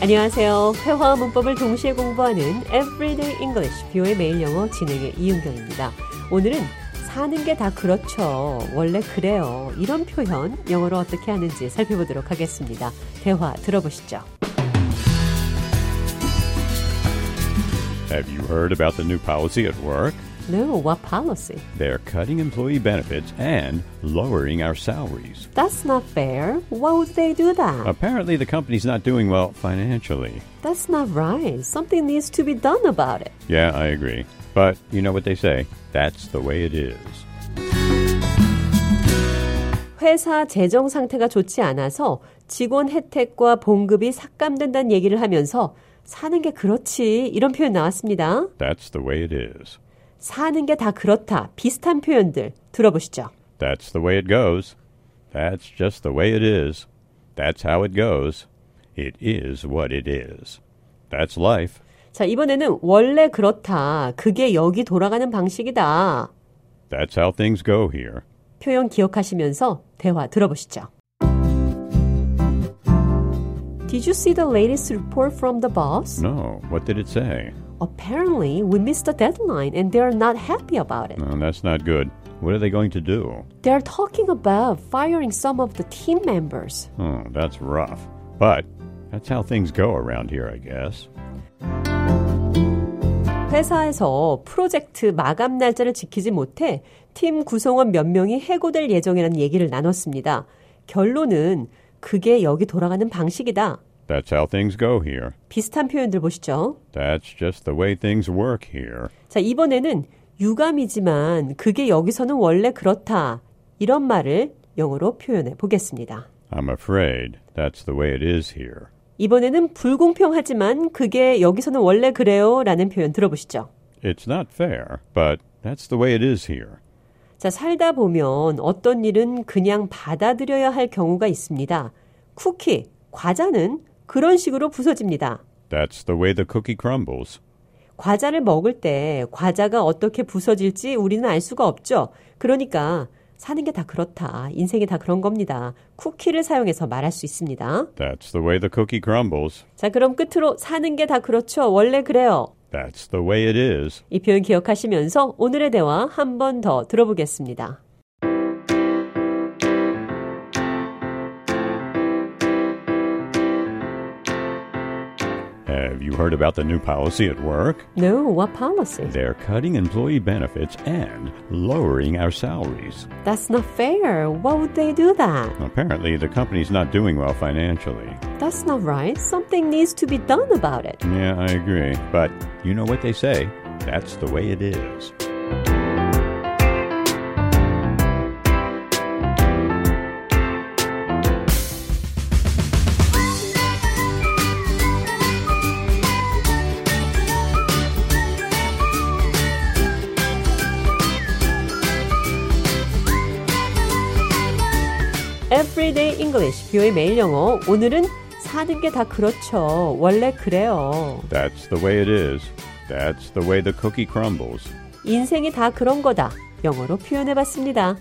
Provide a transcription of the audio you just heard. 안녕하세요. 회화와 문법을 동시에 공부하는 Everyday English, 뷰의 매일 영어 진행의 이은경입니다. 오늘은 사는 게 다 그렇죠. 원래 그래요. 이런 표현 영어로 어떻게 하는지 살펴보도록 하겠습니다. 대화 들어보시죠. Have you heard about the new policy at work? No, what policy? They're cutting employee benefits and lowering our salaries. That's not fair. Why would they do that? Apparently, the company's not doing well financially. That's not right. Something needs to be done about it. Yeah, I agree. But you know what they say that's the way it is. 회사 재정 상태가 좋지 않아서 직원 혜택과 봉급이 삭감된다는 얘기를 하면서 사는 게 그렇지 이런 표현 나왔습니다. That's the way it is. 사는 게 다 그렇다 비슷한 표현들 들어보시죠. That's the way it goes. That's just the way it is. That's how it goes. It is what it is. That's life. 자, 이번에는 원래 그렇다. 그게 여기 돌아가는 방식이다. That's how things go here. 표현 기억하시면서 대화 들어보시죠. Did you see the latest report from the boss? No, what did it say? Apparently, we missed the deadline and they're not happy about it. No, that's not good. What are they going to do? They're talking about firing some of the team members. Oh, that's rough. But that's how things go around here, I guess. 회사에서 프로젝트 마감 날짜를 지키지 못해 팀 구성원 몇 명이 해고될 예정이라는 얘기를 나눴습니다. 결론은 그게 여기 돌아가는 방식이다. That's how things go here. 비슷한 표현들 보시죠. That's just the way things work here. 자, 이번에는 유감이지만 그게 여기서는 원래 그렇다. 이런 말을 영어로 표현해 보겠습니다. I'm afraid that's the way it is here. 이번에는 불공평하지만 그게 여기서는 원래 그래요. 라는 표현 들어보시죠. It's not fair, but that's the way it is here. 자, 살다 보면 어떤 일은 그냥 받아들여야 할 경우가 있습니다. 쿠키, 과자는 그런 식으로 부서집니다. That's the way the cookie crumbles. 과자를 먹을 때 과자가 어떻게 부서질지 우리는 알 수가 없죠. 그러니까 사는 게 다 그렇다. 인생이 다 그런 겁니다. 쿠키를 사용해서 말할 수 있습니다. That's the way the cookie crumbles. 자, 그럼 끝으로 사는 게 다 그렇죠. 원래 그래요. That's the way it is. 이 표현 기억하시면서 오늘의 대화 한 번 더 들어보겠습니다. Have you heard about the new policy at work? No, what policy? They're cutting employee benefits and lowering our salaries. That's not fair. Why would they do that? Apparently, the company's not doing well financially. That's not right. Something needs to be done about it. Yeah, I agree. But you know what they say that's the way it is. Everyday English, 뷰의 매일 영어. 오늘은 사는 게 다 그렇죠. 원래 그래요. That's the way it is. That's the way the cookie crumbles. 인생이 다 그런 거다. 영어로 표현해 봤습니다.